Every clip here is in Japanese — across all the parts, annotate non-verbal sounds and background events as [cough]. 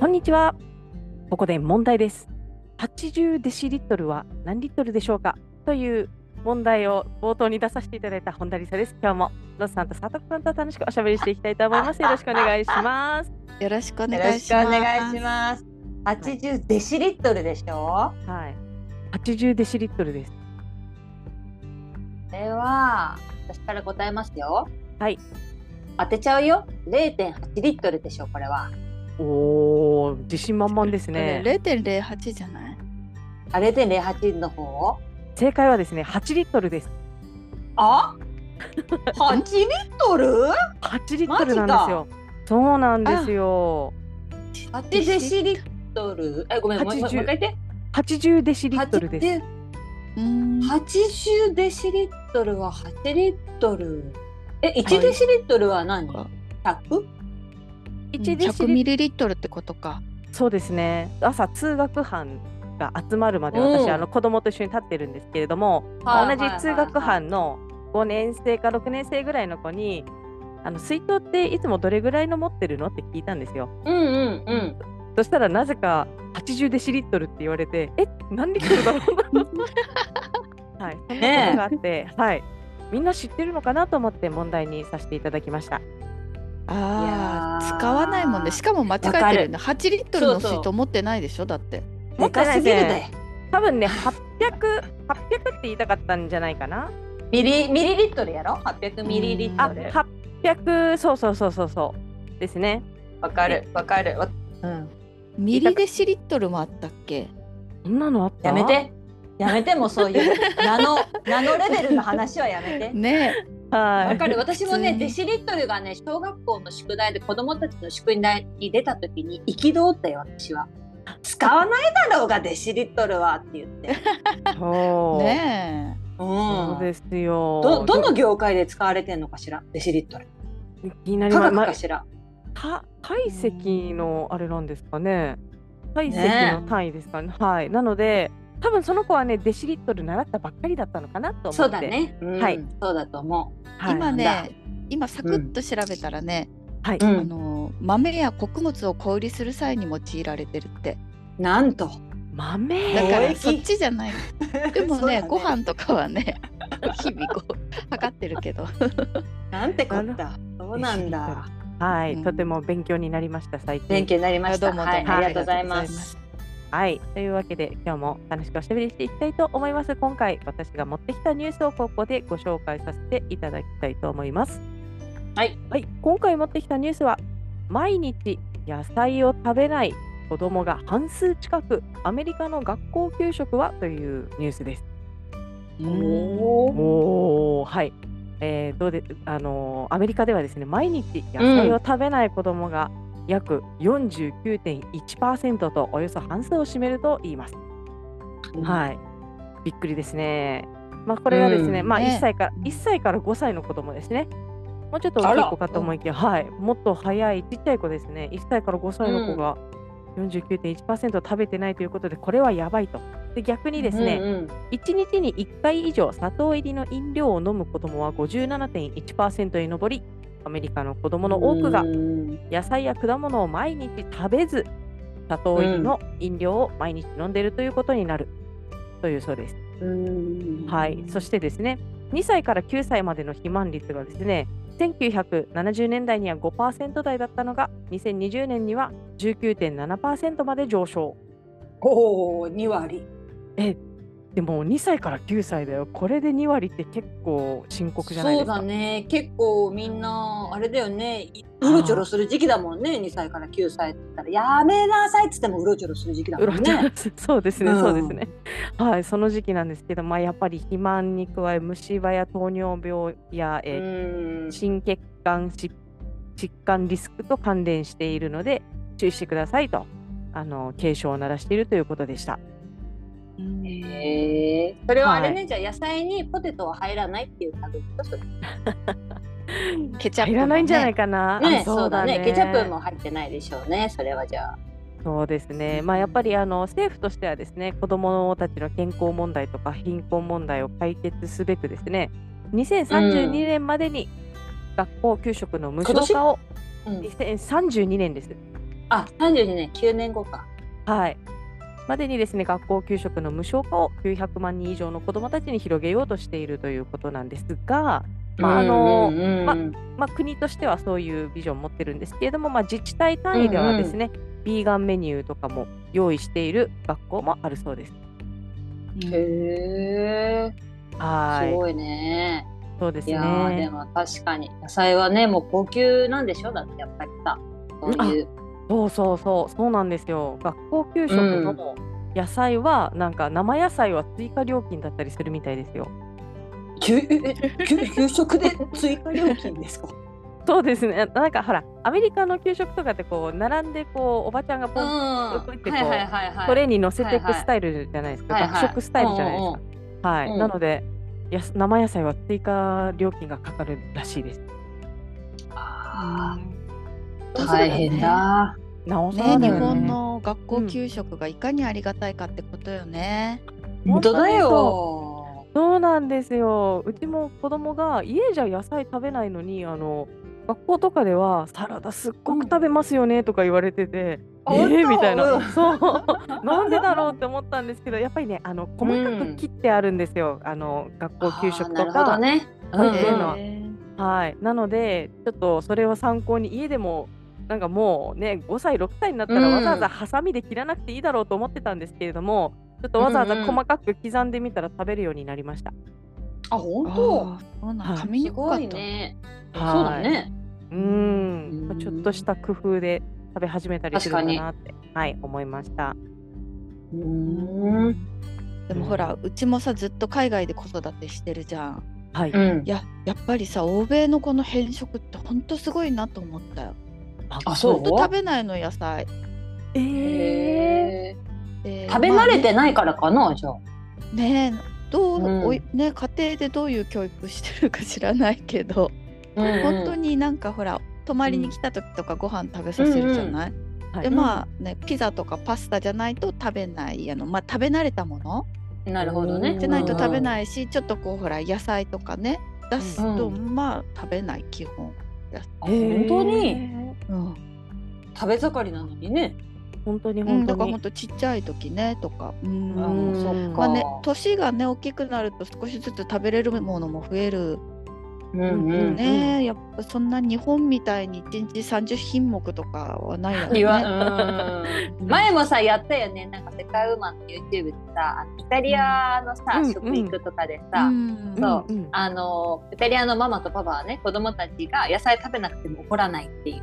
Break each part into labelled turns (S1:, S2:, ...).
S1: こんにちはここで問題です80デシリットルは何リットルでしょうかという問題を冒頭に出させていただいた本田理沙です今日もロスさんと佐藤さんと楽しくおしゃべりしていきたいと思いますよろしくお願いします
S2: よろしくお
S3: よろ
S2: 願い
S3: し
S2: し
S3: くお
S2: ます。
S3: 願いします。八十デシリットルでしょ。
S1: はい。80デシリットルです。
S3: これは私から答えますよ。
S1: はい。
S3: 当てちゃうよ。零点八リットルでしょこれは。
S1: おお、自信満々です
S2: こ
S1: ね。
S2: れ0.08じゃない
S3: あれで零八の方？
S1: 正解はですね、8リットルです。
S3: あ？八リットル？
S1: [laughs] 8リットルなんですよ。そうなんですよ。
S3: 八デシリットル。えごめんもう
S1: 80
S3: もうもう一回言って。
S1: 80デシリットルです。
S3: す。
S2: うーん
S3: 八十デシリットルは八リットル。え一デシリットルは何？百？
S1: 1デシ
S2: 100
S1: リ
S2: ミ
S1: ッ
S2: リリットルってことか。
S1: トそうですね。朝通学班が集まるまで私、
S3: うん
S1: あの子供と一緒に立ってるんですけれども、
S3: はい
S1: 同じ通学班の5年生か6年生ぐらいの子に、あの水筒っていつもどれぐらいの持ってるのって聞いたんですよ。
S3: うんうんうん。
S1: そしたらなぜか80デシリットルって言われて、え、何リットルだ
S3: [laughs]
S1: ろうはい、そんなことがあって、はい、みんな知ってるのかなと思って問題にさせていただきました。
S2: あ
S3: いや
S2: あ
S3: ー
S2: 使わないもんね。しかも間違えてるよね。8リットルの水筒持ってないでしょだって。
S3: でかすぎる
S1: で
S3: ね。
S1: 多分ね、800、800って言いたかったんじゃないかな。
S3: ミリミリリットルやろ？800ミリリッ
S1: あ、
S3: トル。
S1: 800、そうそうそうそうそうですね。
S3: わかるわかる。わうん。
S2: ミリデシリットルもあったっけ
S1: そんなのあった。
S3: やめ。て。やめてもうそういうナノナノレベルの話はやめて。
S2: ねえ。
S1: は
S3: わ
S1: い。
S3: かる私も
S2: 普通
S3: ね
S2: に
S3: デシリットルがね小学校の宿題で子どもたちの宿題に出た時に憤ったよ私は使わないだろうがデシリットルはって言 [laughs] って、
S1: そう。
S2: ね
S1: そう
S3: う
S1: で
S3: ん、
S1: すよ。
S3: どどの業界で使われてんのかしらデシリットル
S1: 気になり
S3: 科
S1: ま
S3: 学
S1: す。ま
S3: かしら
S1: た体積のあれなんですかね体積
S3: ね
S1: の単位ですかねはいなので多分その子はねデシリットル習ったばっかりだったのかなと思って
S3: そうだ、ね、うん
S1: はい
S3: そうだと思
S2: え。
S1: はい、
S2: 今
S3: なん
S2: ね
S3: だ、、
S2: 今サクッと調べたらね、
S1: はいう
S3: う
S2: あ
S3: ん、
S2: の豆や穀物を小売りする際に用いられてるって。
S3: なん [laughs] と
S1: 豆
S2: だか
S3: 貿
S2: ら
S3: 易
S2: そっちじゃない。 [laughs] でも
S3: そうだ
S2: ねご飯とかはね [laughs] 日々こう測ってるけど。
S3: なんてこったそうなんだ
S1: はい、
S2: うん
S1: とても勉強になりました最近
S3: 勉強になりました
S2: どうもどうも
S3: はい、ありがとうござい
S2: あ
S3: ま
S2: りがとうございます
S1: はいというわけで今日も楽しくおしゃべりしていきたいと思います今回私が持ってきたニュースをここでご紹介させていただきたいと思います
S3: はい、
S1: はい、今回持ってきたニュースは毎日野菜を食べない子どもが半数近くアメリカの学校給食はというニュースです。
S3: おー
S1: おお、はい。えーどうで、あのーアメリカではですね、毎日野菜を食べない子どもが約49.1%とおよそ半数を占めると言います。はい。びっくりですね。まあこれがですね、
S3: うん
S1: まあ
S2: ね
S1: 1歳から1歳から5歳の子供ですね。もうちょっと
S3: あ
S1: 大き
S3: ら
S1: い子かと思いきや、はい、もっと早いちっちゃい子ですね。1歳から5歳の子が49.1%食べてないということで、これはやばいと。で逆にですね、
S3: うんうん
S1: 1日に1回以上砂糖入りの飲料を飲む子どもは57.1%に上りアメリカの子どもの多くが
S3: うん
S1: 野菜や果物を毎日食べず砂糖入りの飲料を毎日飲んでいるということになるというそうです。
S3: うん
S1: はい、そしてですね2歳から9歳までの肥満率がですね1970年代には5%台だったのが2020年には19.7%まで上昇。
S3: おお二割
S1: でも2歳から9歳だよこれで2割って結構深刻じゃないで
S3: そう
S1: すか。
S3: だね結構みんなあれだよねいうろちょろする時期だもんね二歳から九歳って言ったらやめなさいっつってもうろちょろする時期だも
S1: うろ
S3: ん
S1: ちょろ
S3: ね
S1: す [laughs] そうですね、
S3: うん
S1: そうですね。はい、その時期なんですけど、まあ、やっぱり肥満に加え、虫歯や糖尿病や、えー
S3: うん
S1: 心血管疾疾患リスクと関連しているので注意してくださいとあの警鐘を鳴らしているということでした。
S3: へえそれはあれね、
S1: は
S3: じゃあ野菜にポテトは入らないっていう感じそれ
S2: ケチャップ
S1: い
S2: もね
S1: らないんじゃないかな。
S3: ね
S1: あ
S3: そうだねケチャップも入ってないでしょうねそれはじゃあ
S1: そうですね、まあ、やっぱりあの政府としてはですね子どもたちの健康問題とか貧困問題を解決すべくですね2032年までに学校給食の無償化を、
S3: うん、
S1: 2032年です、
S3: あ32年9年後か
S1: はい、までにですね学校給食の無償化を900万人以上の子どもたちに広げようとしているということなんですが、まああの
S3: うんうんうん
S1: ままあ、国としてはそういうビジョンを持ってるんですけれども、まあ、自治体単位ではですね、ビーガンメニューとかも用意している学校もあるそうです。
S2: うん
S3: へえ
S1: は
S3: す
S1: い
S3: ごいね
S1: そうです
S3: い
S1: ね。
S3: やーでも確かに野菜はねもう高級なんでしょだってやっぱりさそういう
S1: そうそうそう、そうなんですよ。学校給食の野菜は、なんか生野菜は追加料金だったりするみたいですよ。
S3: 給給給食で追加料金ですか
S1: [laughs] そうですね。なんかほら、アメリカの給食とかってこう並んでこうおばちゃんが
S3: う
S1: ポ
S3: ん
S1: ン
S3: はいはいはいはい
S1: トレーに乗せてい
S3: はい
S1: く
S3: はい
S1: スタイルじゃないですか。
S3: はいはい
S1: 学食スタイルじゃないですか。はい、
S3: うん
S1: なので。やす生野菜は追加料金がかかるらしいです。
S3: あー
S2: そうすれ
S3: 大
S2: ば
S3: 変だ
S1: なおさ
S2: ね
S1: らだ
S2: 日
S1: よ
S2: 本の学校給食がいかにありがたいかってことよね。
S3: 本当だ
S1: そう
S3: よ
S1: そうなんですよ。うちも子供が家じゃ野菜食べないのに、あの学校とかではサラダすっごく食べますよねとか言われてて、
S3: うん
S1: え
S3: 本当
S1: ー、みたいな、
S3: うん
S1: そう、 [laughs] なんでだろうって思ったんですけど、やっぱりね、あの細かく切ってあるんですよ。あの学校給食
S3: あー
S1: と
S3: なるほど
S1: か、
S3: ね
S1: 保育園の
S3: うんうん
S1: はい。なので、ちょっとそれを参考に家でも。なんかもうね5歳6歳になったら
S3: うん
S1: わざわざハサミで切らなくていいだろうと思ってたんですけれども、ちょっとわざわざ細かく刻んでみたら食べるようになりました。
S3: あ
S2: あ
S3: 本当
S2: ーそうな
S1: は
S2: ん
S1: い
S2: 噛みに
S3: す
S2: くか
S3: ご
S2: っ
S3: い
S2: た。
S3: ねそう
S1: はい
S3: だね
S1: うーん、まあ
S3: うん
S1: ちょっとした工夫で食べ始めたりするんだなって、はい、思いました。
S3: うーん
S2: でもほらうちもさずっと海外で子育てしてるじゃん。
S1: はい、
S3: うん
S2: いややっぱりさ欧米のこの変色ってほんとすごいなと思ったよ。
S3: あそう
S2: ほんと食べないの野菜。
S1: えー、
S3: へ
S2: で
S3: ー食べ慣れ
S2: ま
S3: てないからかなじゃあ
S2: あねねどう、
S3: うん
S2: おいね家庭でどういう教育してるか知らないけど、本当になんかほら泊まりに来た時とかご飯食べさせるじゃない。
S1: はい
S2: でまあねピザとかパスタじゃないと食べないあのまあ食べ慣れたもの
S3: なるほどね
S1: うん
S2: じゃないと食べ
S3: い
S2: ないし、ちょっとこうほら野菜とかね出すと、
S3: う
S2: まあ食べない基本。
S3: 本当に
S1: に、
S2: うん
S3: 食べ盛りなのにね
S1: 本当に
S2: うん、
S1: 本
S2: だ
S1: 当
S2: から
S1: に、
S2: ほんとちっちゃい時ねとか、うん
S1: あ
S3: うん
S1: うん
S3: そっか
S2: まあね、年がね大きくなると少しずつ食べれるものも増える
S3: うんうん
S1: ね
S2: ね、やっぱそんな日本みたいに1日30品目とかはないよね。
S3: いわうん前もさやったよねなんか世界ウーマンの YouTube でさあのイタリアのさ、
S1: うん
S3: 食育とかでさ、
S2: うん
S1: うん
S3: そ
S1: う
S3: う
S1: ん
S3: あのイタリアのママとパパはね子供たちが野菜食べなくても怒らないっていう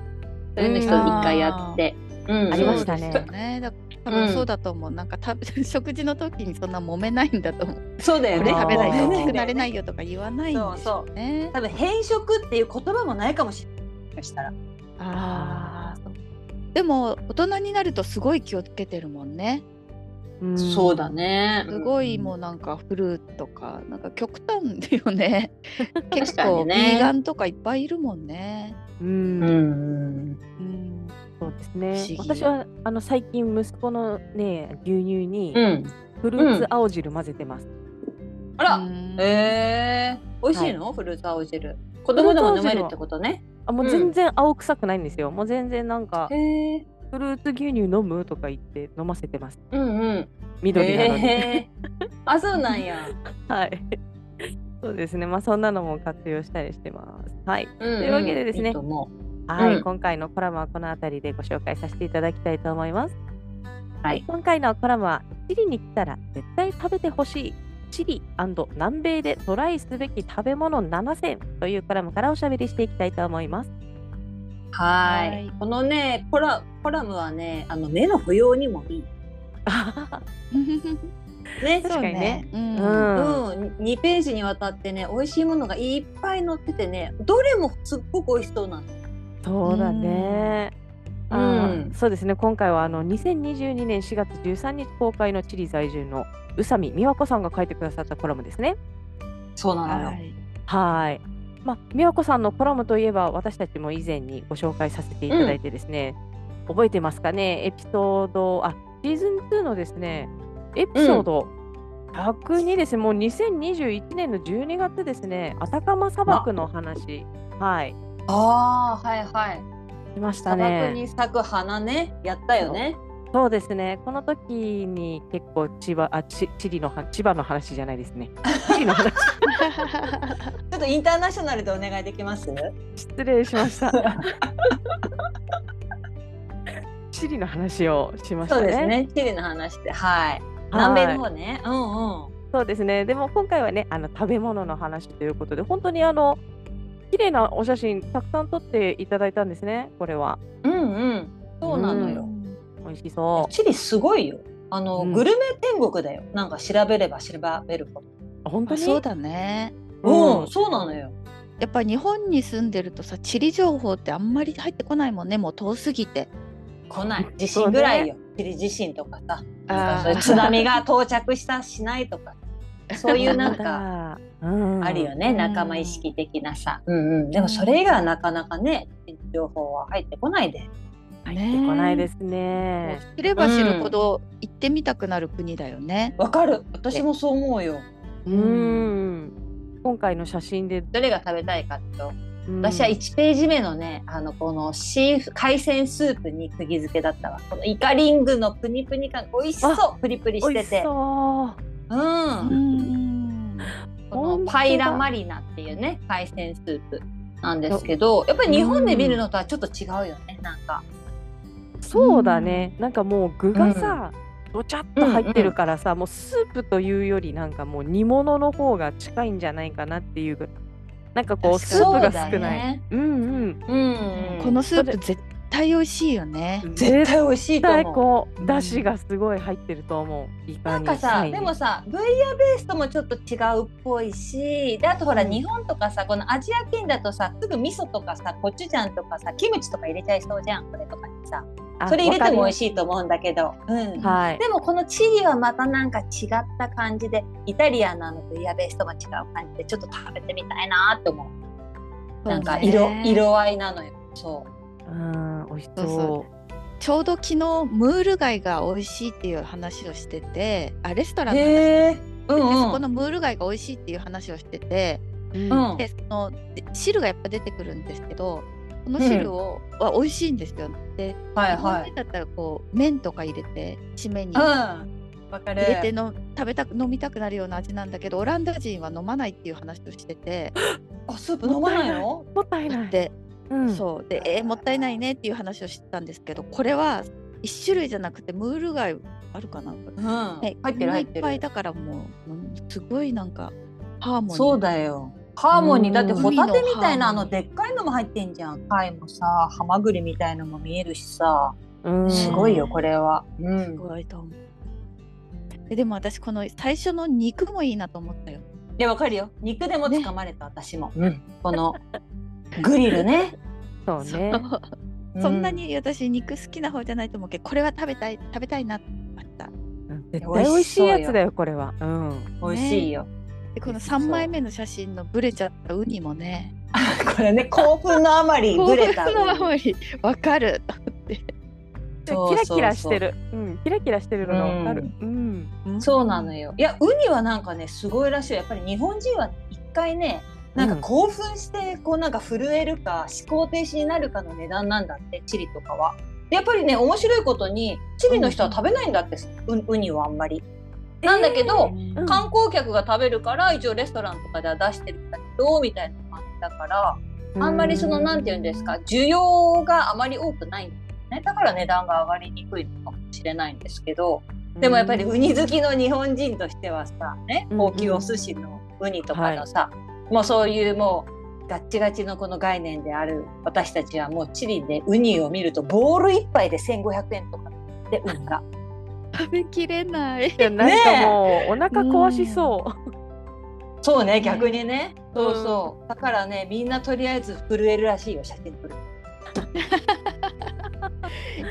S3: そういうの一つ一回やって、うん
S1: ありましたね
S2: そうですよねだ多
S3: うん
S2: 分そうだと思う、なんか
S3: [laughs]
S2: 食べ食事の時にそんな揉めないんだと思う、
S3: そうだよね
S1: あー
S2: 食べないと
S1: そう
S2: 大
S1: だよね
S2: きくなれないよとか言わないんでしょうね
S3: 多分変色っていう言葉もないかもしれないもしかしたら
S2: あーそうでも大人になるとすごい気をつけてるもんね
S1: うん
S3: そうだね
S2: すごいもうなんかフルーツとかなんか極端だよ
S3: [laughs]
S2: ね結
S3: 確かに
S2: 構ビ
S3: ね
S2: ーガンとかいっぱいいるもんね
S1: う、
S3: うんんうん
S2: うん
S1: そうです
S2: 不
S1: ね
S2: 思議
S1: 私はあの最近息子のね牛乳に
S3: うん
S1: フルーツ青汁混ぜてます、
S3: あら、
S2: うん [laughs]
S3: えー、美味しいの、フルーツ青汁子供でも飲めるってことね
S1: あもう全然青臭くないんですよもう全然なんか
S3: へえ
S1: フルーツ牛乳飲むとか言って飲ませてます
S3: うんうん
S1: 緑なのに、
S3: えー、あそうな
S1: [laughs]
S3: んや、
S1: はい。そうですね。まあそんなのも活用したりしてます。はい。
S3: うんん
S1: というわけでですね
S3: いいと思
S1: はい、
S3: うん
S1: 今回のコラムはこの辺りでご紹介させていただきたいと思います。
S3: はい
S1: 今回のコラムはチリに来たら絶対食べてほしい。チリ南米でトライすべき食べ物7選というコラムからおしゃべりしていきたいと思います。 [laughs]
S3: うはい
S2: はい
S3: このねコラコラムはねあの目の不要にもいいね
S1: 確かにねう
S2: そうね、う
S1: ん。
S2: ん
S3: うん、2ページにわたってね美味しいものがいっぱい載っててねどれもすっごく美味しそうなの
S1: そうだね。
S3: うん
S1: あ
S3: うん
S1: ーそうですね今回はあの2022年4月13日公開のチリ在住の宇佐美美和子さんが書いてくださったコラムですね。
S3: そうなの
S2: [laughs]
S3: よ。
S2: はい
S1: はい。まあ、美和子さんのコラムといえば、私たちも以前にご紹介させていただいてですね、覚えてますかね、エピソード、あシーズン2のですね、エピソード102ですね、もう2021年の12月ですね、アタカマ砂漠の話、はい、
S3: ああ、はいはい。
S1: しました
S3: 砂漠
S1: ね。
S3: に咲く花ね、やったよね。
S1: そうですね、この時に結構千葉、あ、ちチリの話、千葉の話じゃないですね。チリの話、
S3: ちょっとインターナショナルでお願いできます。
S1: 失礼しま
S3: [laughs]
S1: した。チリの話をしまし
S3: そ
S1: た
S3: う
S1: ね。
S3: ですね。チリの話で、はい。
S1: はい
S3: 南米の方ね。うんうん。
S1: そうですね。でも今回はね、あの食べ物の話ということで、本当にあの綺麗なお写真たくさん撮っていただいたんですね。これは
S3: うんうん。そうなのよ。
S1: 美味しそ
S3: チリすごいよ。あの、
S1: うん
S3: グルメ天国だよ。なんか調べれば調べるほ
S1: う。本当
S2: あ
S1: に。
S2: そうだね
S3: ど。
S1: う
S3: うんん、そうなのよ。
S2: やっぱ日本に住んでるとさ地理情報ってあんまり入ってこないもんねもう遠すぎて
S3: 来ない。地震ぐらいよ。チリ地震とかさ。なんかそういう津
S2: ー
S3: 波が到着したしないと [laughs] か。そういうなんか。
S1: か。うん。
S3: あるよね、
S2: うん
S3: 仲間意識的なさ、うんうん、でもそれ以外はなかなかね情報は入ってこないで
S1: 入ってこないですね。
S2: 知れば知るほど行ってみたくなる国だよね、
S3: わかる私もそう思うよ
S1: う
S2: うん
S1: ん。今回の写真で、
S3: どれが食べたいかってと
S1: うん
S3: 私は1ページ目のねあのこのシーフ海鮮スープに釘付けだったわこのイカリングのプニプニ感美味しそうプリプリし
S1: 美
S3: て
S1: 味してそう。
S3: う
S2: うんん
S3: こ
S1: 本当
S3: の
S1: だ
S3: パイラマリナっていうね海鮮スープなんですけどやっぱり日本で見るのとはちょっと違うよねなんか
S1: そうだね、なんかもう具がさ、どちゃっと入ってるからさ、もうスープというよりなんかもう煮物の方が近いんじゃないかなっていうぐなんかこう
S2: 確
S1: スープが
S3: そ
S1: 少
S3: うだ
S1: ない、
S3: ね
S1: うんうん
S3: うん、
S2: このスープ絶対美味しいよね
S3: 絶対美味しい
S1: 絶
S3: と
S1: 対
S3: 思う。
S1: こ
S2: う
S1: うんだしがすごい入ってると思ういい感
S3: なん
S1: じ
S3: かさでもさブイヤベースともちょっと違うっぽいしであとほら、
S1: うん
S3: 日本とかさこのアジア圏だとさすぐ味噌とかさコチュジャンとかさキムチとか入れちゃいそうじゃんこれとかにさそれ入れても美味
S1: し
S3: しいと思うんだけど、うん
S1: はい
S3: でもこのチリはまたなんか違った感じでイタリアンのあのブイヤベースとも違う感じでちょっと食べてみたいなと思うなんか色色合いなのよそう
S1: うん美味しそう
S2: そうそちょうど昨日ムール貝が美味しいっていう話をしててあレストランの話で
S3: へえうんうん
S2: そこのムール貝が美味しいっていう話をしてて
S1: うん
S3: うん
S2: でそので汁がやっぱ出てくるんですけどこの汁を、は美味しいんですよで
S3: はい
S2: 日本
S3: はい
S2: 人だったらこう麺とか入れて締めに
S3: うん
S2: 入
S3: わかる
S2: れての、食べたく飲みたくなるような味なんだけどオランダ人は飲まないっていう話をしてて
S3: あスープ飲まないの
S1: もったいない、
S2: で、
S1: うん、
S2: そうでえーもったいないねっていう話をしてたんですけどこれは1種類じゃなくてムール貝あるかな
S3: うん、
S2: ね、
S3: 入ってる入っ
S2: い
S3: て
S2: っぱい
S3: る。
S2: だからもう、うんすごいなんかハーモニー
S3: そうだよ。ハーモニ
S1: う
S3: ー
S1: ん
S3: だってホタテみたいなあ
S2: 海のハーモニー
S3: のでっかいのも入ってんじゃん。貝もさ、ハマグリみたいのも見えるしさ、
S1: うん
S3: すごいよこれは。う
S2: す
S3: ん。
S2: ごいと思う。えでも私この最初の肉もいいなと思ったよ。
S3: でわかるよ。肉でも掴まれた、私も。うん。このグリルね。
S1: そうね
S2: [laughs]
S3: う
S2: そんなに私肉好きな方じゃないと思うけどこれは食べたい食べたいなって思った。
S1: うん絶対美味しいやつだよこれはうん
S3: 美味しいよ。 [laughs]
S2: でこの
S3: そう
S2: 3枚目の写真のブレちゃったウニもね。
S3: これね興奮のあまりグレた。
S2: このままにわかる。
S3: そう
S1: キラキラしてるうんキラキラしてるのがわかるうん、
S2: [laughs]
S3: そうなのよ。いやウニはなんかねすごいらしいよ。やっぱり日本人は一回ねなんか興奮してこうなんか震えるか思考停止になるかの値段なんだってチリとかは。でやっぱりね面白いことにチリの人は食べないんだって、うウニはあんまり。なんだけど、
S1: うん
S3: 観光客が食べるから一応レストランとかでは出してるんだけどみたいな感じだからあんまりそのなんて言うんですか需要があまり多くないんですね。だから値段が上がりにくいのかもしれないんですけど。でもやっぱりウニ好きの日本人としてはさ、ね、
S1: うん
S3: 高級お寿司のウニとかのさ、もうそういうもうガッチガチのこの概念である私たちはもうチリでウニを見るとボール一杯で1500円とかでウニが。
S2: 食べきれ [laughs] ない。
S1: うんなんかもうお腹壊しそう
S3: そうね
S2: ん
S3: 逆にね、そうそうだからねみんなとりあえず震えるらしいよ写真撮る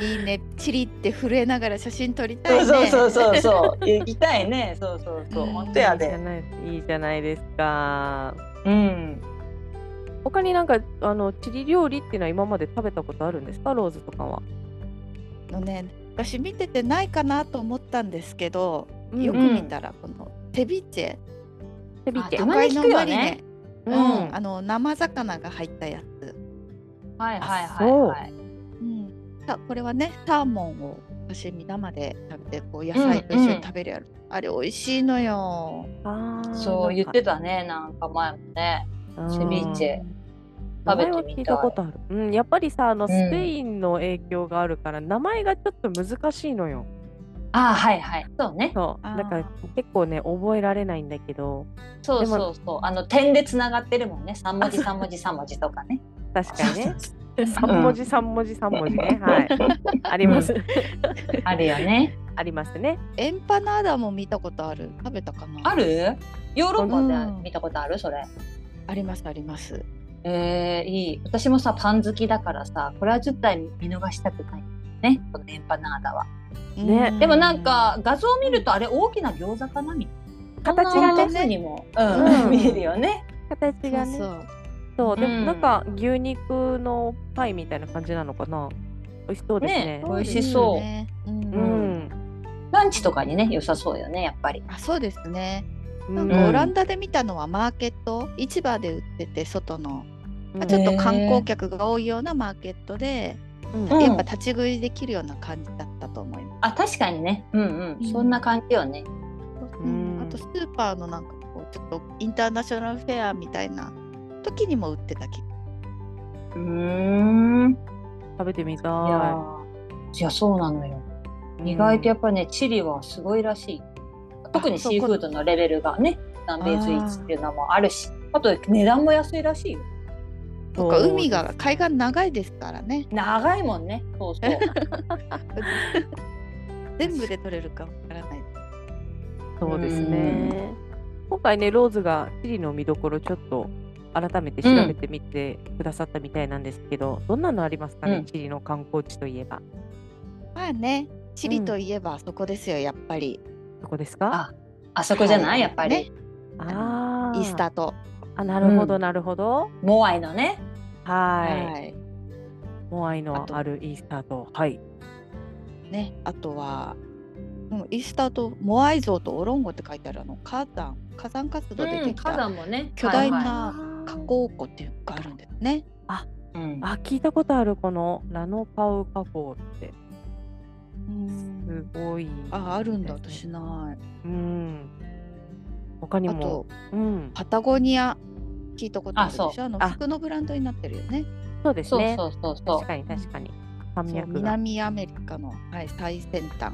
S2: いいねチリって震えながら写真撮りたい
S3: そ
S2: ね
S3: うそうそうそうそう行きたいねそうそうそう
S2: うん
S3: 本当や
S1: いい [laughs] じゃ
S3: で
S1: ないいいじゃないですか。
S3: うん
S1: 他になんかあのチリ料理っていうのは今まで食べたことあるんですかローズとかは。
S2: のね私見ててないかなと思ったんですけど、よく
S1: うん
S2: 見たらこのテビチェ
S1: セビチェ
S3: あたまに聞く
S2: 魚介のマ
S3: よね
S2: リネ
S1: う
S2: うんんあの生魚が入ったやつ、
S3: はいはい
S1: あ
S3: はい
S1: そう
S3: はい
S2: うん、さこれはねサーモンを刺身生で食べてこう野菜と一緒に食べるやつ、あれ美味しいのよ
S1: あー
S3: そう言ってたねなんか前もね
S1: なんか
S3: セビーチェ食べてみた
S1: 名前は
S3: い
S1: 聞いたことある。うん、やっぱりさ、あの
S3: ん
S1: スペインの影響があるから、名前がちょっと難しいのよ。
S3: ああはいはいそうね
S1: そう、
S2: あー
S1: だから結構ね、覚えられないんだけど、
S3: そう
S1: でも
S3: そうそうあの点でつながってるもんね三文字三文字三文字とかね
S1: 確かにね、
S3: う
S1: 三文字三文字三文字ね、はい、あります、
S3: あるよね
S1: ありますね。
S2: [laughs] エンパナーダも見たことある食べたかな
S3: [laughs] あるヨーロッパ
S2: う
S3: で
S2: ん
S3: 見たことあるそれ
S2: ありますあります
S3: えー、いい私もさパン好きだからさこれは絶対見逃したくないねこのエンパナーダは
S1: ね
S2: う
S3: でもなんか画像を見るとあれ大きな餃子かなみたいな
S1: 形が
S3: そ
S1: ね
S3: んなふうにも、
S1: う
S3: うんん、見えるよね
S1: 形
S2: そ
S1: が
S2: う
S1: ね、
S2: そ
S1: そう
S2: う
S1: でも
S3: うん
S1: なんか牛肉のパイみたいな感じなのかな。美味しそうですね。
S3: 美味しそう
S2: ですねうん
S1: う、
S3: うんランチとかにね良さそうよねやっぱり
S2: あそうですね
S1: うん
S2: なんかオランダで見たのはマーケット、市場で売ってて外の、あ
S1: うん
S2: ちょっと観光客が多いようなマーケットで、
S1: うん
S3: うん
S2: やっぱ立ち食いできるような感じだったと思います。
S3: あ確かにねうんうん、
S2: うん
S3: そんな感じよね
S1: うん
S2: あとスーパーのなんかこうちょっとインターナショナルフェアみたいな時にも売ってた気が
S3: うーんい
S1: 食べてみた
S3: やーいやそうなのよ
S1: い。
S3: 意外とやっぱねチリはすごいらしい特にシーフードのレベルがね南米スイーツっていうのもあるしあと値段も安いらしいよ
S2: とか
S1: そう
S2: 海が海岸長いですか
S1: [laughs]
S2: らね
S3: 長いもんねそう [laughs] そう
S2: 全部で取れるかわからない
S1: そうですね。今回ね、ローズがチリの見どころ、ちょっと改めて調べてみてくださったみたいなんですけど、どんなのありますかね、
S3: うん
S1: チリの観光地といえば。
S2: まあねチリといえばそこですよやっぱり、
S1: どこですか
S3: ああそこじゃない、
S2: はい
S3: やっぱり、
S2: ね
S1: あ
S2: イースター島
S1: あ、なるほ
S3: う
S1: ど、
S3: ん
S1: なるほど。
S3: モアイのね
S1: は
S2: はい
S1: い。モアイ
S2: あ
S1: の
S2: と
S1: あるイースター島。はい。
S2: ね、あとは、うん、イースターとモアイ像とオロンゴって書いてあるあの火山火山活動ででき
S3: 火
S2: た
S3: 山もね
S2: 巨大
S3: はいは
S2: な火口湖っていうのがあるんですね。
S3: いうん
S1: あ、聞いたことある、このラノカウカコって。すごい。
S2: ああるんだ私。な
S1: うん。他に
S2: い。あ
S1: も
S2: と。
S1: うん。
S2: パタゴニア聞いたことあるでし
S3: あそ
S2: ょあの
S1: あ
S2: 服のブランドになってるよね。
S1: そうです
S3: そう
S1: ね。
S3: そうそうそう
S1: 確かに、確かに。山
S2: そう
S1: 脈が。
S2: 南アメリカの、はい、最先端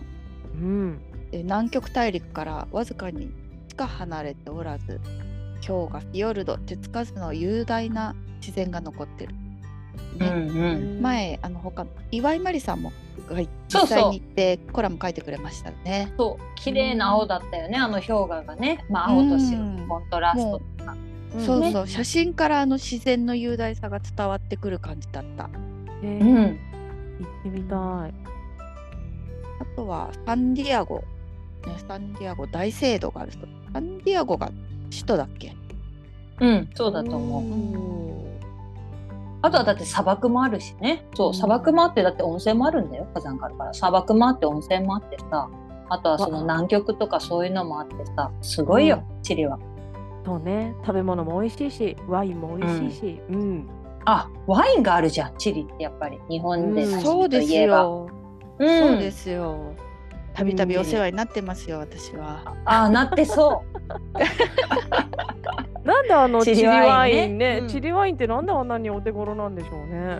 S1: うん。
S2: で南極大陸からわずかにしか離れておらず氷河フィヨルド手つかずの雄大な自然が残ってる。
S3: う
S2: ね
S3: んうん
S2: 前あの他の岩井マリさんもが実
S3: そうそう
S2: 際に行ってコラム書いてくれましたね。
S3: そう綺麗な青だったよねあの氷河がねまあ青と白のコントラストとか
S2: そう
S1: う
S2: そう、写真からあの自然の雄大さが伝わってくる感じだった。
S1: ん。へ
S3: う
S1: ー
S3: ん
S1: 行ってみたい。
S2: あとはサンディアゴ、ね、サンディアゴ大聖堂があるそうサンディアゴが首都だっけ？
S3: うんそうだと思うあとはだって砂漠もあるしねそう砂漠もあってだって温泉もあるんだよ火山からから砂漠もあって温泉もあってさあとはその南極とかそういうのもあってさすごいよチリは
S1: そうね、食べ物も美味しいし、ワインも美味しいし、うん。
S3: あワインがあるじゃんチリってやっぱり日本で
S1: うん
S3: ない
S2: そうですよ、
S3: といえば
S2: そう
S3: うん
S2: ですよ。たびたびお世話になってますよ、私は。
S3: あなってそう
S1: なんであのチ
S3: チ
S1: リ
S3: リ
S1: ワ
S3: ワ
S1: イ
S3: イ
S1: ン
S3: ンね
S1: ね、
S3: うん
S1: チリワインってなんであんなにお手頃なんでしょうね。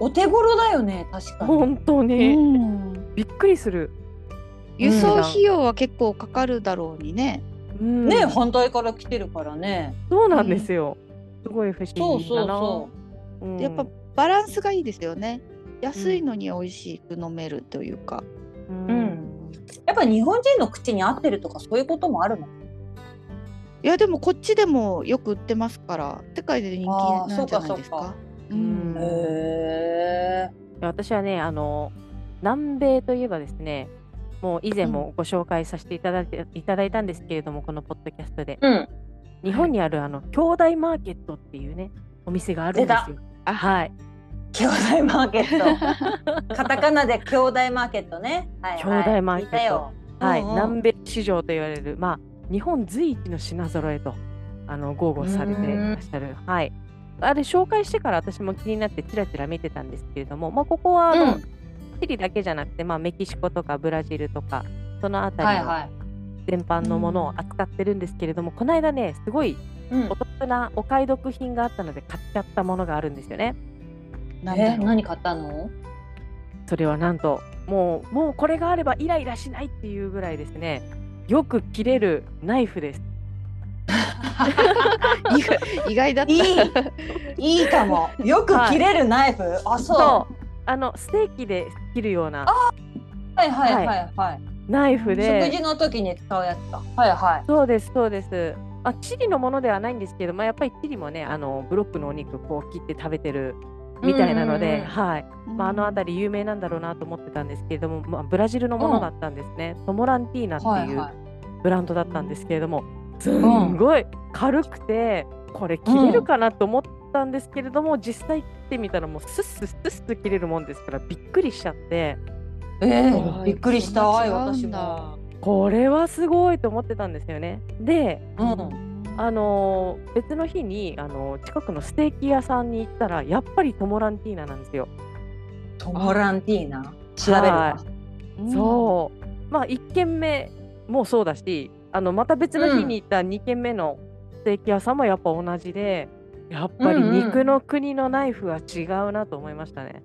S3: お手頃だよね確かに
S1: 本当
S2: う
S1: に、
S2: ん、
S1: びっくりする。
S2: 輸送費用は結構かかるだろうにね。
S1: うん、
S3: ね反対から来てるからね
S1: そうなんですよ。すごい不
S3: そ
S1: 思
S3: う
S1: 議
S3: そ
S1: だ
S3: う
S1: な。
S3: そう
S1: うん
S2: やっぱバランスがいいですよね。安いのに美味しく飲めるというか。
S1: うん、
S3: んやっぱ日本人の口に合ってるとかそういうこともあるの
S2: いやでもこっちでもよく売ってますから世界で人気
S3: あー
S2: なんじゃないですか。
S3: そうか
S2: うん
S1: うん
S3: へえ。
S1: 私はねあの南米といえばですねもう以前もご紹介させていただいて、いただいたんですけれどもこのポッドキャストで
S3: うん。
S1: 日本にあるあの兄弟マーケットっていうねお店があるんですよ。
S2: た
S1: はい、
S3: 兄弟マーケ
S2: [laughs]
S3: ッ [laughs] ト。カタカナで兄弟マーケットね。はいはい、
S1: 兄弟マーケット
S3: 聞いたよ。
S1: はい
S3: うんうん
S1: 南米市場と言われる、まあ、日本随一の品揃えとあの豪語されていらっしゃる、はい、あれ紹介してから私も気になってちらちら見てたんですけれども、まあ、ここはあの、
S3: うん
S1: チリだけじゃなくて、まあ、メキシコとかブラジルとかそのあた
S3: は
S1: り
S3: い
S1: の
S3: はい。
S1: 全般のものを扱ってるんですけれども、この間ねすごい
S3: うん
S1: お得なお買い得品があったので買っちゃったものがあるんですよね。
S2: なん
S3: え
S2: だろう
S3: 何買ったの？
S1: それはなんともうもうこれがあればイライラしないっていうぐらいですねよく切れるナイフです。
S2: 意 [laughs] 外意外だった。
S3: いいいい
S1: [laughs]
S3: かも。よく切れるナイフ。あそう。
S1: そうあのステーキで切るような
S3: はいはいはいはい。
S1: ナイフ
S3: 食
S1: で
S3: 事の時に使うやつだ。はいはい。
S1: そうですそうですあチリのものではないんですけど、まあ、やっぱりチリもねあのブロックのお肉こう切って食べてるみたいなの
S3: うんうん
S1: で、
S3: うん
S1: はいまあ、あの辺り有名なんだろうなと思ってたんですけれども、まあ、ブラジルのものだったんですね、トモランティーナ
S3: は
S1: っ
S3: い
S1: ていう
S3: はい。
S1: ブランドだったんですけれども、すんごい軽くてこれ切れるかなと思ったんですけれども、実際切ってみたらもうスッスッスッスッ切れるもんですからびっくりしちゃって。
S3: え
S2: う
S3: ー、
S2: ん
S3: びっくりした
S2: そんな
S3: わ
S2: 違
S3: よ
S2: う
S3: 私
S2: んだ
S3: も。
S1: これはすごいと思ってたんですよね。で、
S3: うん。
S1: あのー別の日に、あのー近くのステーキ屋さんに行ったらやっぱりトモランティーナなんですよ。
S3: トモランティーナ。調べるわ
S1: は。そうまあ1軒目もそうだしあのまた別の日に行った2軒目のステーキ屋さんもやっぱ同じでやっぱり
S3: うんうん
S1: 肉の国のナイフは違うなと思いましたね。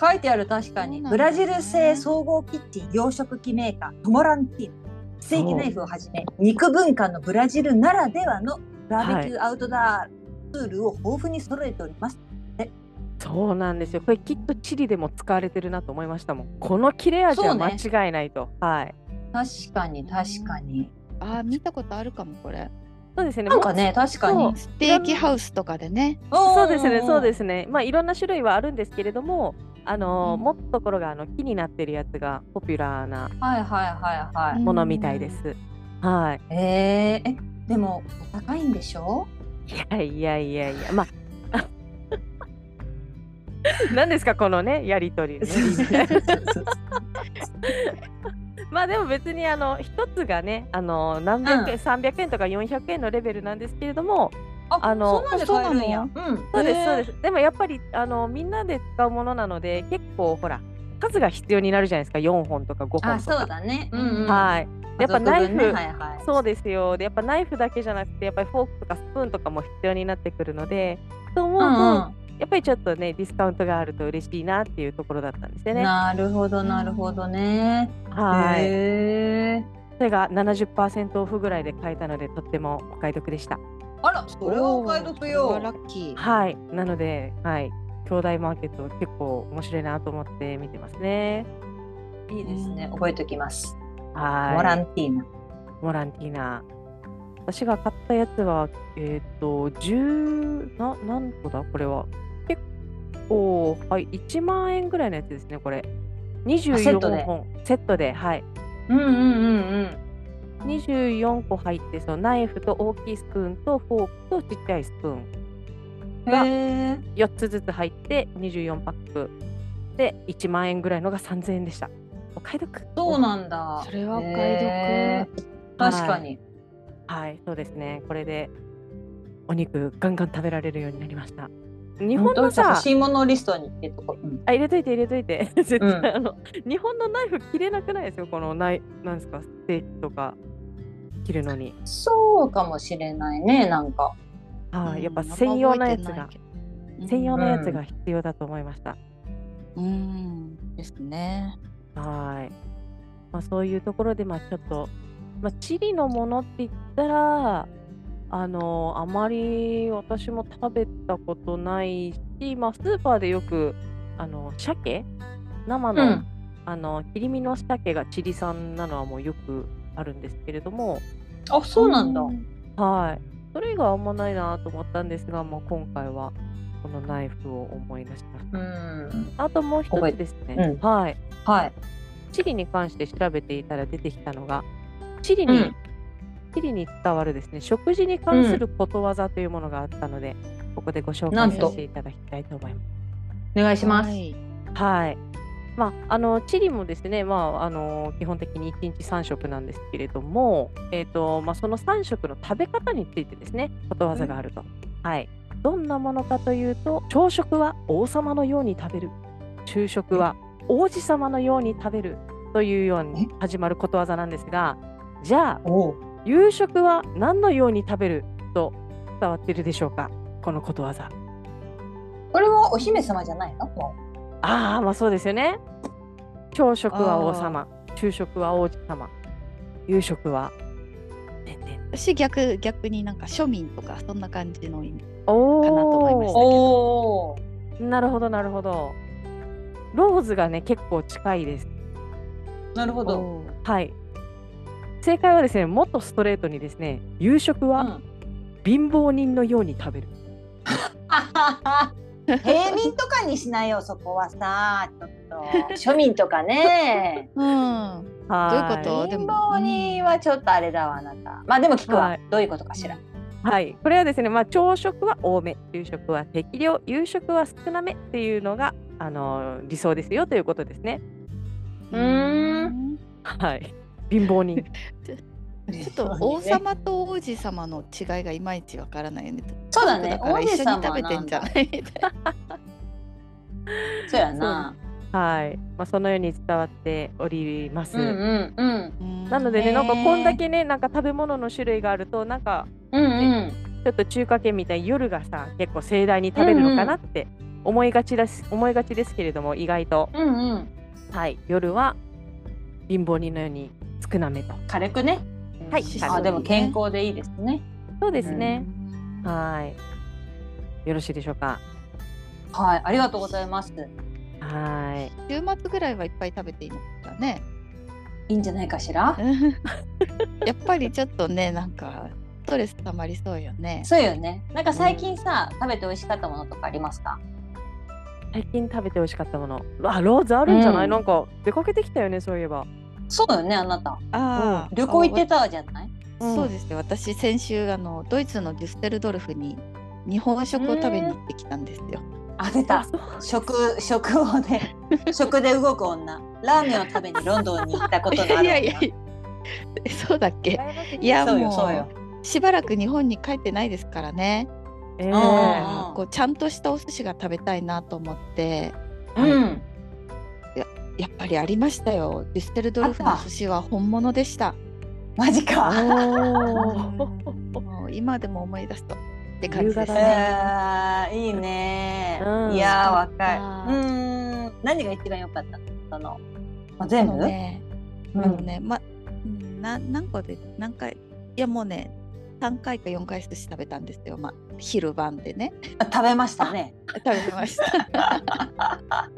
S3: 書いてある確かに、
S2: そうなんだ
S3: ブラジル製総合キッチン洋食器メーカートモランティーナステーキナイフをはじめ肉文化のブラジルならではのバーベキューアウトドアツールを豊富に揃えております、
S1: そうなんですよこれきっとチリでも使われてるなと思いましたもんこの切れ味は間違いないと、はい
S3: 確かに確かに
S2: あー見たことあるかもこれ。
S1: そうですね
S3: なんか
S1: もう
S3: ね確か
S1: そ
S3: に
S1: う
S2: ステーキハウスとかでね。
S1: そうですね、そうですすね。まあ、いろんな種類はあるんですけれども、あのー
S2: うん
S1: 持つところがあの木になってるやつがポピュラーな
S3: はいはいはいは、
S2: うん
S1: ものみたいです。はい
S3: えー、えでもお高いんでし
S1: [laughs]
S3: ょ
S1: い。いやいやいやいや、
S3: [laughs]
S1: まあ。何ですかこのねやり取り
S3: [laughs]
S1: ねまあでも別にあの一つがねあの何百円、300円とか400円のレベルなんですけれども
S3: あ
S1: あの
S3: そんなんで買えるんやうん
S1: そうです
S2: へー
S1: そうですでもやっぱりあのみんなで使うものなので結構ほら数が必要になるじゃないですか4本とか5本とか
S3: あそうだねうん、うん、
S1: はい。でやっぱナイフ、
S3: 家族分ねはいはい、
S1: そうですよ。でやっぱナイフだけじゃなくてやっぱりフォークとかスプーンとかも必要になってくるので、と思うと、やっぱりちょっとねディスカウントがあると嬉しいなっていうところだったんですよね。
S3: なるほどなるほどね。
S1: はい。
S3: へー
S1: それが70%オフぐらいで買えたのでとってもお買い得でした。
S3: あらそれはお買い得
S2: おー
S3: よ
S2: こ。れはラッキー。
S1: はい。なのではい。兄弟マーケット結構面白いなと思って見てますね。
S3: いいですね覚えておきます。
S1: はい。
S3: モランティーナ。
S1: モランティーナ。私が買ったやつは、えっ、と、10な、何個だこれは。結構、はい、1万円ぐらいのやつですね、これ。
S3: セットで
S1: 24本、セットで、はい。
S3: うんうんうん
S1: 24個入って、そのナイフと大きいスプーンとフォークとちっちゃいスプーン、
S3: うん。へえ。
S1: 4つずつ入って、24パックで、1万円ぐらいのが3000円でした。お買い得。
S3: そうなんだ。
S2: それはお買い得
S3: へー確かに。
S1: はい、そうですね。これで、お肉、ガンガン食べられるようになりました。日本の
S3: 本当に
S1: さ
S3: 欲、しいものリストにってとこ。うん
S1: あ入れといて入れといて [laughs] 絶対、あの日本のナイフ切れなくないですよこのナイなんですかステーキとか切るのに
S3: そうかもしれないねなんか。
S1: は
S2: う
S1: い
S2: ん
S1: やっぱ専用のやつ。
S2: あんま
S1: が
S2: 覚えてないけど
S1: 専用のやつが必要だと思いました、
S2: うんうんですね。
S1: はい、まあ、そういうところでまあちょっと、まあ、チリのものって言ったらあのあまり私も食べたことないし、まあ、スーパーでよくあの鮭生
S3: う
S1: の、
S3: ん。
S1: あの切り身の鮭がチリ産なのはもうよくあるんですけれども、
S3: あそうなんだ。
S1: はい、それ以外はあんまないなと思ったんですが、まあ、今回はこのナイフを思い出しまし
S3: うん。
S1: た。あともう一
S3: 覚え
S1: つ
S3: て
S1: です
S3: う
S1: ね
S3: ん、
S1: はい。
S3: はい。
S1: チリに関して調べていたら出てきたのが、チリ
S3: う
S1: に、
S3: ん。
S1: チリに伝わるですね、食事に関することわざというものがあったので、ここでご紹
S3: な
S1: 介
S3: んと
S1: させていただきたいと思います。
S3: お願いします。
S2: はい
S1: はい。まあ、あのチリもですね、まあ、あの基本的に1日3食なんですけれども、えーとまあ、その3食の食べ方についてですねことわざがあると、はい、どんなものかというと朝食は王様のように食べる昼食は王子様のように食べるというように始まることわざなんですがじゃあ
S3: おう
S1: 夕食は何のように食べると伝わってるでしょうかこのことわざ。
S3: これはお姫様じゃないのも
S1: ああまあそうですよね朝食は王様昼食は王子様夕食はてんてん
S2: 私逆逆になんか庶民とかそんな感じの意味
S1: おー
S2: かなと思いまし
S3: う。
S2: た
S3: おお。
S1: なるほどなるほどローズがね結構近いです
S3: なるほど。
S1: はい正解はですねもっとストレートにですね夕食
S3: う
S1: は
S3: ん。
S1: 貧乏人のように食べる、
S3: 平民とかにしないよそこはさちょっと庶民とか
S2: [laughs]
S3: ね
S2: うん
S1: は
S2: どういうこ
S3: 貧
S2: とでも
S3: 乏にはちょっとあれだわあなたまあでも聞くわ、
S1: はい
S3: どういうことかしら
S1: はい、これはですね、まあ、朝食は多め、夕食は適量、夕食は少なめっていうのが、あのー理想ですよということですね。
S3: うーん
S1: はい、貧乏人。
S2: ちょっと王様と王子様の違いがいまいちわからないよね。
S3: そうだね
S2: だか
S3: 王
S2: ら
S3: 子
S2: 一緒に
S3: 様
S2: 食べてんじゃ
S3: な
S2: なん
S3: だ
S2: いみたいな。
S3: そうやな
S1: はい、まあ、そのように伝わっております。
S3: うんうんうん [laughs]
S1: なのでね、
S3: ね
S1: なんかこんだけね、なんか食べ物の種類があると、なんか
S3: うんうん
S1: ちょっと中華圏みたいに夜がさ、結構盛大に食べるのかなって思いがちです、思いがちですけれども、意外と、
S3: うんうん
S1: はい、夜は貧乏人のように少なめと。
S3: 軽くね
S1: はい
S3: あでも健康でいいですね
S1: そうですね。
S2: うん
S1: はい。よろしいでしょうか。
S3: はいありがとうございます
S1: はい。
S2: 週末ぐらいはいっぱい食べていいのか
S3: [laughs]
S2: ね。
S3: いいんじゃないかしら
S2: やっぱりちょっとねなんかストレス溜まりそうよね。
S3: そうよねなんか最近さ食べて美味しかったものとかありますか
S1: 最近食べて美味しかったもの。あ、ローズあるんじゃない、
S3: うん
S1: なんか出かけてきたよね、そういえば。
S3: そうよねあなた
S2: あー
S3: 旅行行ってたじゃない
S1: うん
S2: そうですね私先週あのドイツのデュッセルドルフに日本食を食べに行ってきたんですよ。
S3: あ出た食食を
S2: [laughs]
S3: ね食で動く女ラーメンを食べにロンドンに行ったこと
S2: い
S3: のある
S2: や
S3: 女
S2: いやいやそうだっけいや
S3: そう
S2: も
S3: よ
S2: う
S3: そうよ
S2: しばらく日本に帰ってないですからね。
S1: ええ
S3: あー
S2: こうちゃんとしたお寿司が食べたいなと思って
S3: うん
S2: やっぱりありましたよデュッセルドルフの
S3: あった
S2: 寿司は本物でした
S3: マジか
S1: おー
S2: もう今でも思い出すとって感じ
S1: 夕
S2: で
S1: 方
S2: す
S1: だね
S2: ね
S3: えーいいね
S1: うん
S3: いやー若い
S2: あ
S3: う
S2: ー
S3: ーん何が一番良かったのそのあ全
S2: あ
S3: 部
S2: のね
S3: う
S2: あの
S3: ん
S2: ねまうんな何個で何回いやもうね3回か4回寿司食べたんですよ、まあ、昼晩でね
S3: あ食べましたね
S2: 食べました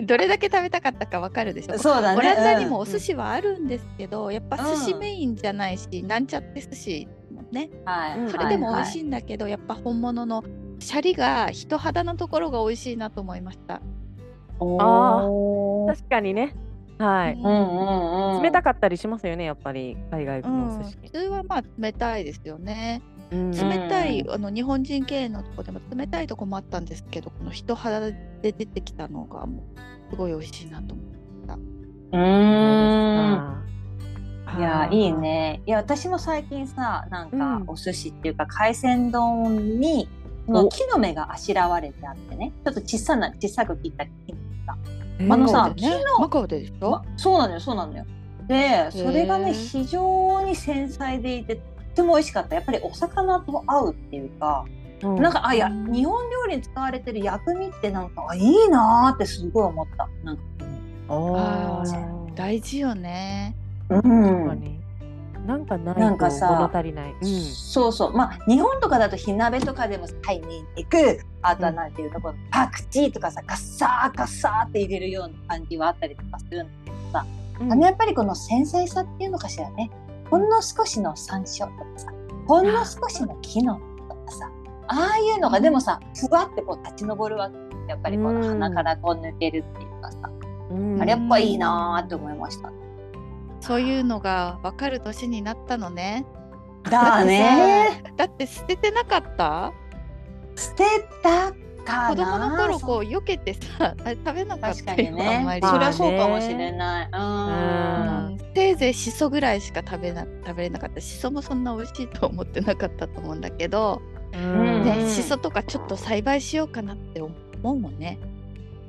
S3: [laughs]
S2: どれだけ食べたかったかわかるでしょ
S3: そうだね
S2: オランダに
S3: うん
S2: もお寿司はあるんですけど、やっぱ寿司
S3: うん
S2: メインじゃないし、なんちゃって寿司もね
S3: はい
S1: うん
S2: それでも美味し
S3: い
S2: いんだけど、やっぱ本物のシャリが人肌のところが美味しいなと思いました。
S1: あー
S3: おー
S1: 確かにね。はい。
S3: うん
S2: うん
S3: うんうん
S1: 冷たかったりしますよね、やっぱり海外のお寿司
S2: 普。通はまあ冷たいですよね
S1: うん
S3: ん
S2: 冷たい、あの日本人経営のとこでも冷たいとこもあったんですけどこの人肌で出てきたのがもうすごい美味しいなと思って
S3: うーん
S1: あー
S3: いやーいい。ねいや私も最近さなん
S1: う
S3: か
S1: ん
S3: お寿司っていうか海鮮丼にその木の芽があしらわれてあってねちょっと小さな小さく切った木の芽があの
S2: マ
S3: さ
S2: カオでねマカオででしょ
S3: ま、そうなのよそうなのよでそれが
S2: へ
S3: ね
S2: ー
S3: 非常に繊細でいてとっても美味しかったやっぱりお魚と合うっていうか、
S1: うん
S3: なんかあいや
S2: うん
S3: 日本料理に使われてる薬味ってなんかあいいなーってすごい思ったなんか
S1: あー
S2: 大事よね
S3: う
S1: 確
S3: ん
S1: かになんかないと
S3: なんかさ
S1: 物足りない。うん
S3: そうそうまあ日本とかだと火鍋とかでもタイに行くあとはなんていうのこのパクチーとかさカッサーカッサーって入れるような感じはあったりとかするんだけどさ、
S1: うん
S3: あのやっぱりこの繊細さっていうのかしらねほんの少しの山椒とかさほんの少しの木のとかさああいうのがでもさふわってこう立ち上るわけやっぱりこの鼻からこう抜けるっていうかさ、
S1: うん
S3: あれやっぱいいなーって思いました。
S2: そういうのが分かる年になったのね。
S3: だね
S2: だって捨ててなかった
S3: 捨てたか
S2: 子
S3: な
S2: 供の頃こう避けてさ [laughs] あれ食べなかっ
S3: 確
S2: た
S3: か
S2: よ、
S3: にね
S2: あんまり、
S1: ま
S3: そ
S1: あ
S3: り
S1: ね
S3: ゃそうかもしれない、うん
S2: うんせいぜいしそぐらいしか食べな食べれなかったしそもそんな美味しいと思ってなかったと思うんだけど、
S1: うん
S3: ね
S2: ね、しそとかちょっと栽培しようかなって思うもんね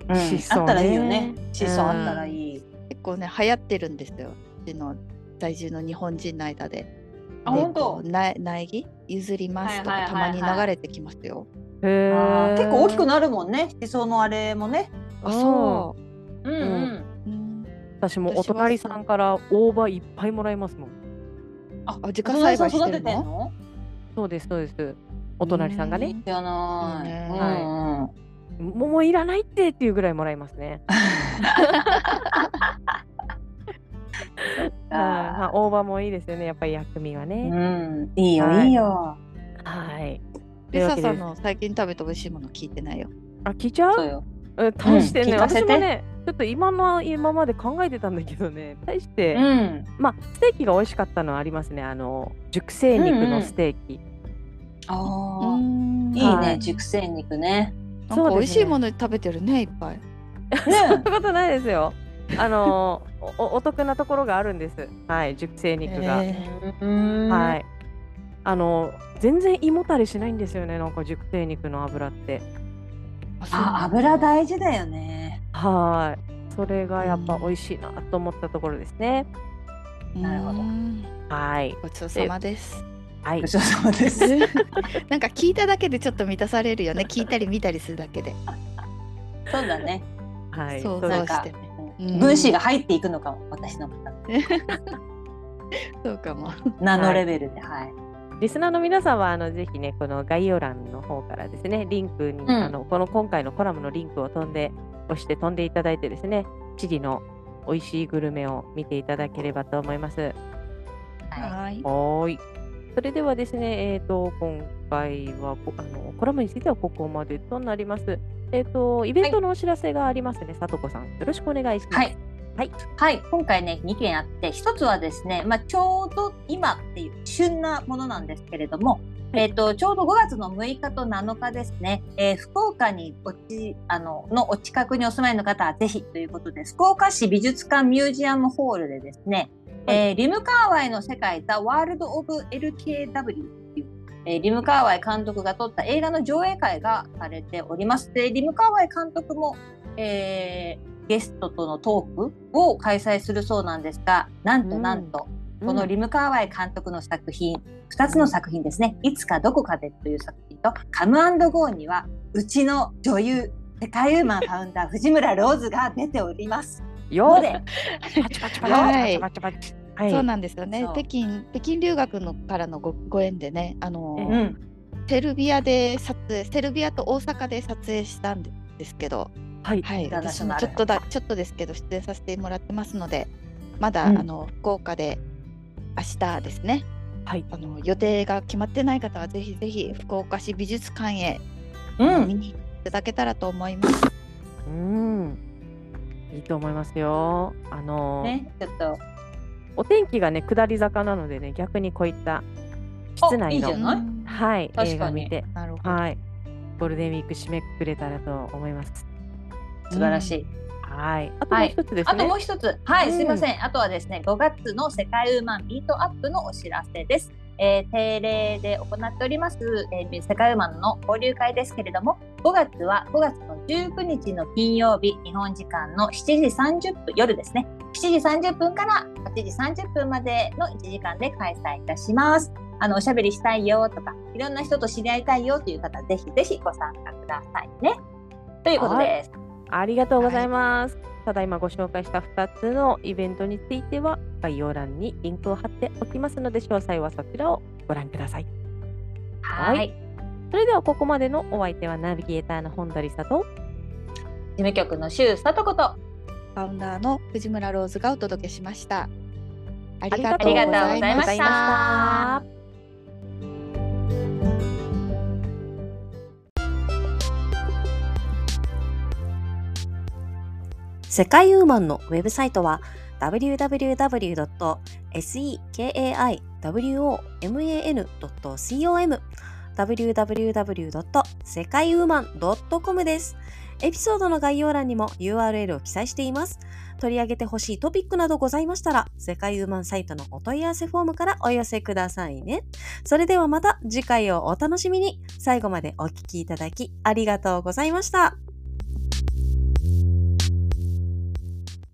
S3: うん
S1: シソね
S3: あったらいいよねシ
S1: う
S3: ソ
S1: ん
S3: あったらいい、
S2: 結構ね流行ってるんですようちの在住の日本人の間で
S3: あ
S2: で
S3: 本
S2: こ
S3: 当
S2: うな苗木譲りますと
S3: はい
S2: か
S3: は
S2: た
S3: いはいは
S2: ま
S3: い
S2: に流れてきますよ、
S1: へ
S3: あ
S1: ー
S3: ー結構大きくなるもんねシソのあれもね
S1: あ
S2: そ
S1: そう
S3: うんうん、
S2: うん
S1: 私もお隣さんから大葉いっぱいもらいますもん
S3: あ
S2: あ自家栽培
S3: お
S2: して
S3: 隣さん育
S2: る
S3: ててん
S2: の
S3: の
S1: そうですそうですお隣さんがね
S3: じゃない
S2: いいね
S3: うんうん
S1: もうもういらないってっていうぐらいもらいます
S3: [laughs]
S1: ね。うんまあ、大葉もいいですよね、やっぱり薬味は
S3: う
S1: ね。
S3: んいいよ、、
S1: はいい
S3: いよ
S1: はい。と
S2: で
S1: いうわ
S2: さ
S1: け
S2: さんの最近食べた美味しいもの聞いてないよ
S1: あ、聞いちゃ
S3: そう
S1: う
S3: よ
S1: うん大してね、
S3: 聞かせ
S1: 私
S3: て
S1: もね、ちょっと今の今まで考えてたんだけどね、大して、
S3: うん
S1: まあ、ステーキが美味しかったのはありますね、あの、熟成肉のステーキ。
S3: あー
S2: うん
S3: いいね、
S1: はい
S3: 熟成肉 [laughs] ね
S2: なんか美味し
S1: そうですね
S2: いもの食べてるねいっぱい。
S3: ね。
S1: そんなことないですよ。あの、おおお得なところがあるんです。はい、熟成肉が。
S2: え
S1: はいい。あの、全然胃もたれしないんですよね、なんか熟成肉の油って。
S3: あ、油大事だよね。
S1: はい。それがやっぱ美味しいなと思ったところですね。
S3: なるほど
S2: ど。
S1: はい。
S2: ごちそうさまです。
S1: はい
S3: ご。ちそうさま [laughs] です。
S2: [laughs] なんか聞いただけでちょっと満たされるよね。聞いたり見たりするだけで。
S3: そうだね。
S1: はい。
S2: 想
S1: そう
S2: 像
S1: です
S2: してね。うん
S3: 分子が入っていくのかも、私の中で
S2: そうかも。
S3: ナノレベルで、はい。
S1: リスナーの皆さんはあのぜひねこの概要欄の方からですねリンクに、
S3: ん
S1: あのこの今回のコラムのリンクを飛んで押して飛んでいただいてですねチリの美味しいグルメを見ていただければと思います。
S3: は
S2: はい。
S1: はーい。それではですね、えー、と今回はこあのコラムについてはここまでとなります。えっ、とイベントのお知らせがありますね、さとこさんよろしくお願いします。
S3: はいはい、今回ね、2件あって、一つはですね、まあ、ちょうど今っていう旬なものなんですけれども、
S1: はい
S3: えっ、と、ちょうど5月の6日と7日ですね、えー福岡におち、あの、のお近くにお住まいの方はぜひということで、福岡市美術館ミュージアムホールでですね、えーリム・カーワイの世界、The World of LKW っていう、えーリム・カーワイ監督が撮った映画の上映会がされております。で、リム・カーワイ監督も、えー、ゲストとのトークを開催するそうなんですがなんとなんと、このリム・カーワイ監督の作品、二2つの作品ですね「いつかどこかで」という作品と「カムゴー」にはうちの女優世界ウーマンファウンダー藤村ローズが出ております
S1: よ
S3: の
S1: で
S3: で、
S1: パチパチパチパチパチパチはい
S2: そうなんですよね
S3: そう。
S2: 北京北京留学のからのごご縁でね、あ
S1: う
S3: う
S2: の
S3: ん、
S2: セルビアで撮影、セルビアと大阪で撮影したんですけど、
S1: はい
S2: はい、
S3: ンターナシ
S2: 私
S3: ョナ
S2: も
S3: ル
S2: ちょっとだちょっとですけど出演させてもらってますので、まだ、
S1: うん
S2: あの福岡で明日ですね。
S1: はい
S2: あの予定が決まってない方はぜひぜひ福岡市美術館へ
S3: うん
S2: 見に行っていただけたらと思います。
S1: うんいいと思いますよ。あの、
S3: ねちょっと
S1: お天気がね下り坂なのでね逆にこういった室
S3: あ
S1: 内
S3: いいじゃ
S1: の
S3: んない
S2: うん
S1: はい
S3: 確かに
S1: 映画見て
S2: なるほど。
S1: はいゴールデンウィーク締めくくれたらと思います。
S3: 素晴らしい、
S1: はい。あともう一つです
S3: あ
S1: ね。
S3: ともう一つ、はい、
S1: うん
S3: すいません。あとはですね、5月の世界ウーマンビートアップのお知らせです。えー定例で行っております、えー世界ウーマンの交流会ですけれども、5月は5月の19日の金曜日、日本時間の7時30分、夜ですね、7時30分から8時30分までの1時間で開催いたします。あの、おしゃべりしたいよとか、いろんな人と知り合いたいよという方、ぜひぜひご参加くださいね。ということです。
S1: ありがとうございます。ただいまご紹介した2つのイベントについては概要欄にリンクを貼っておきますので詳細はそちらをご覧ください。
S3: はい
S1: はいそれではここまでのお相手はナビゲーターの本鳥里。
S3: 事務局の周佐とこと、
S2: ファウンダーの藤村ローズがお届けしました。あ
S1: あ
S2: りが
S3: あ
S2: とう
S3: り
S2: ご
S3: がとう
S2: ざ
S3: ご
S2: い
S3: ざい
S2: ま
S3: ま
S2: し。
S3: したた。
S1: 世界ウーマンのウェブサイトは www.sekaiwoman.com www.sekaiwoman.com です。エピソードの概要欄にも URL を記載しています。取り上げてほしいトピックなどございましたら、世界ウーマンサイトのお問い合わせフォームからお寄せくださいね。それではまた次回をお楽しみに。最後までお聞きいただきありがとうございました。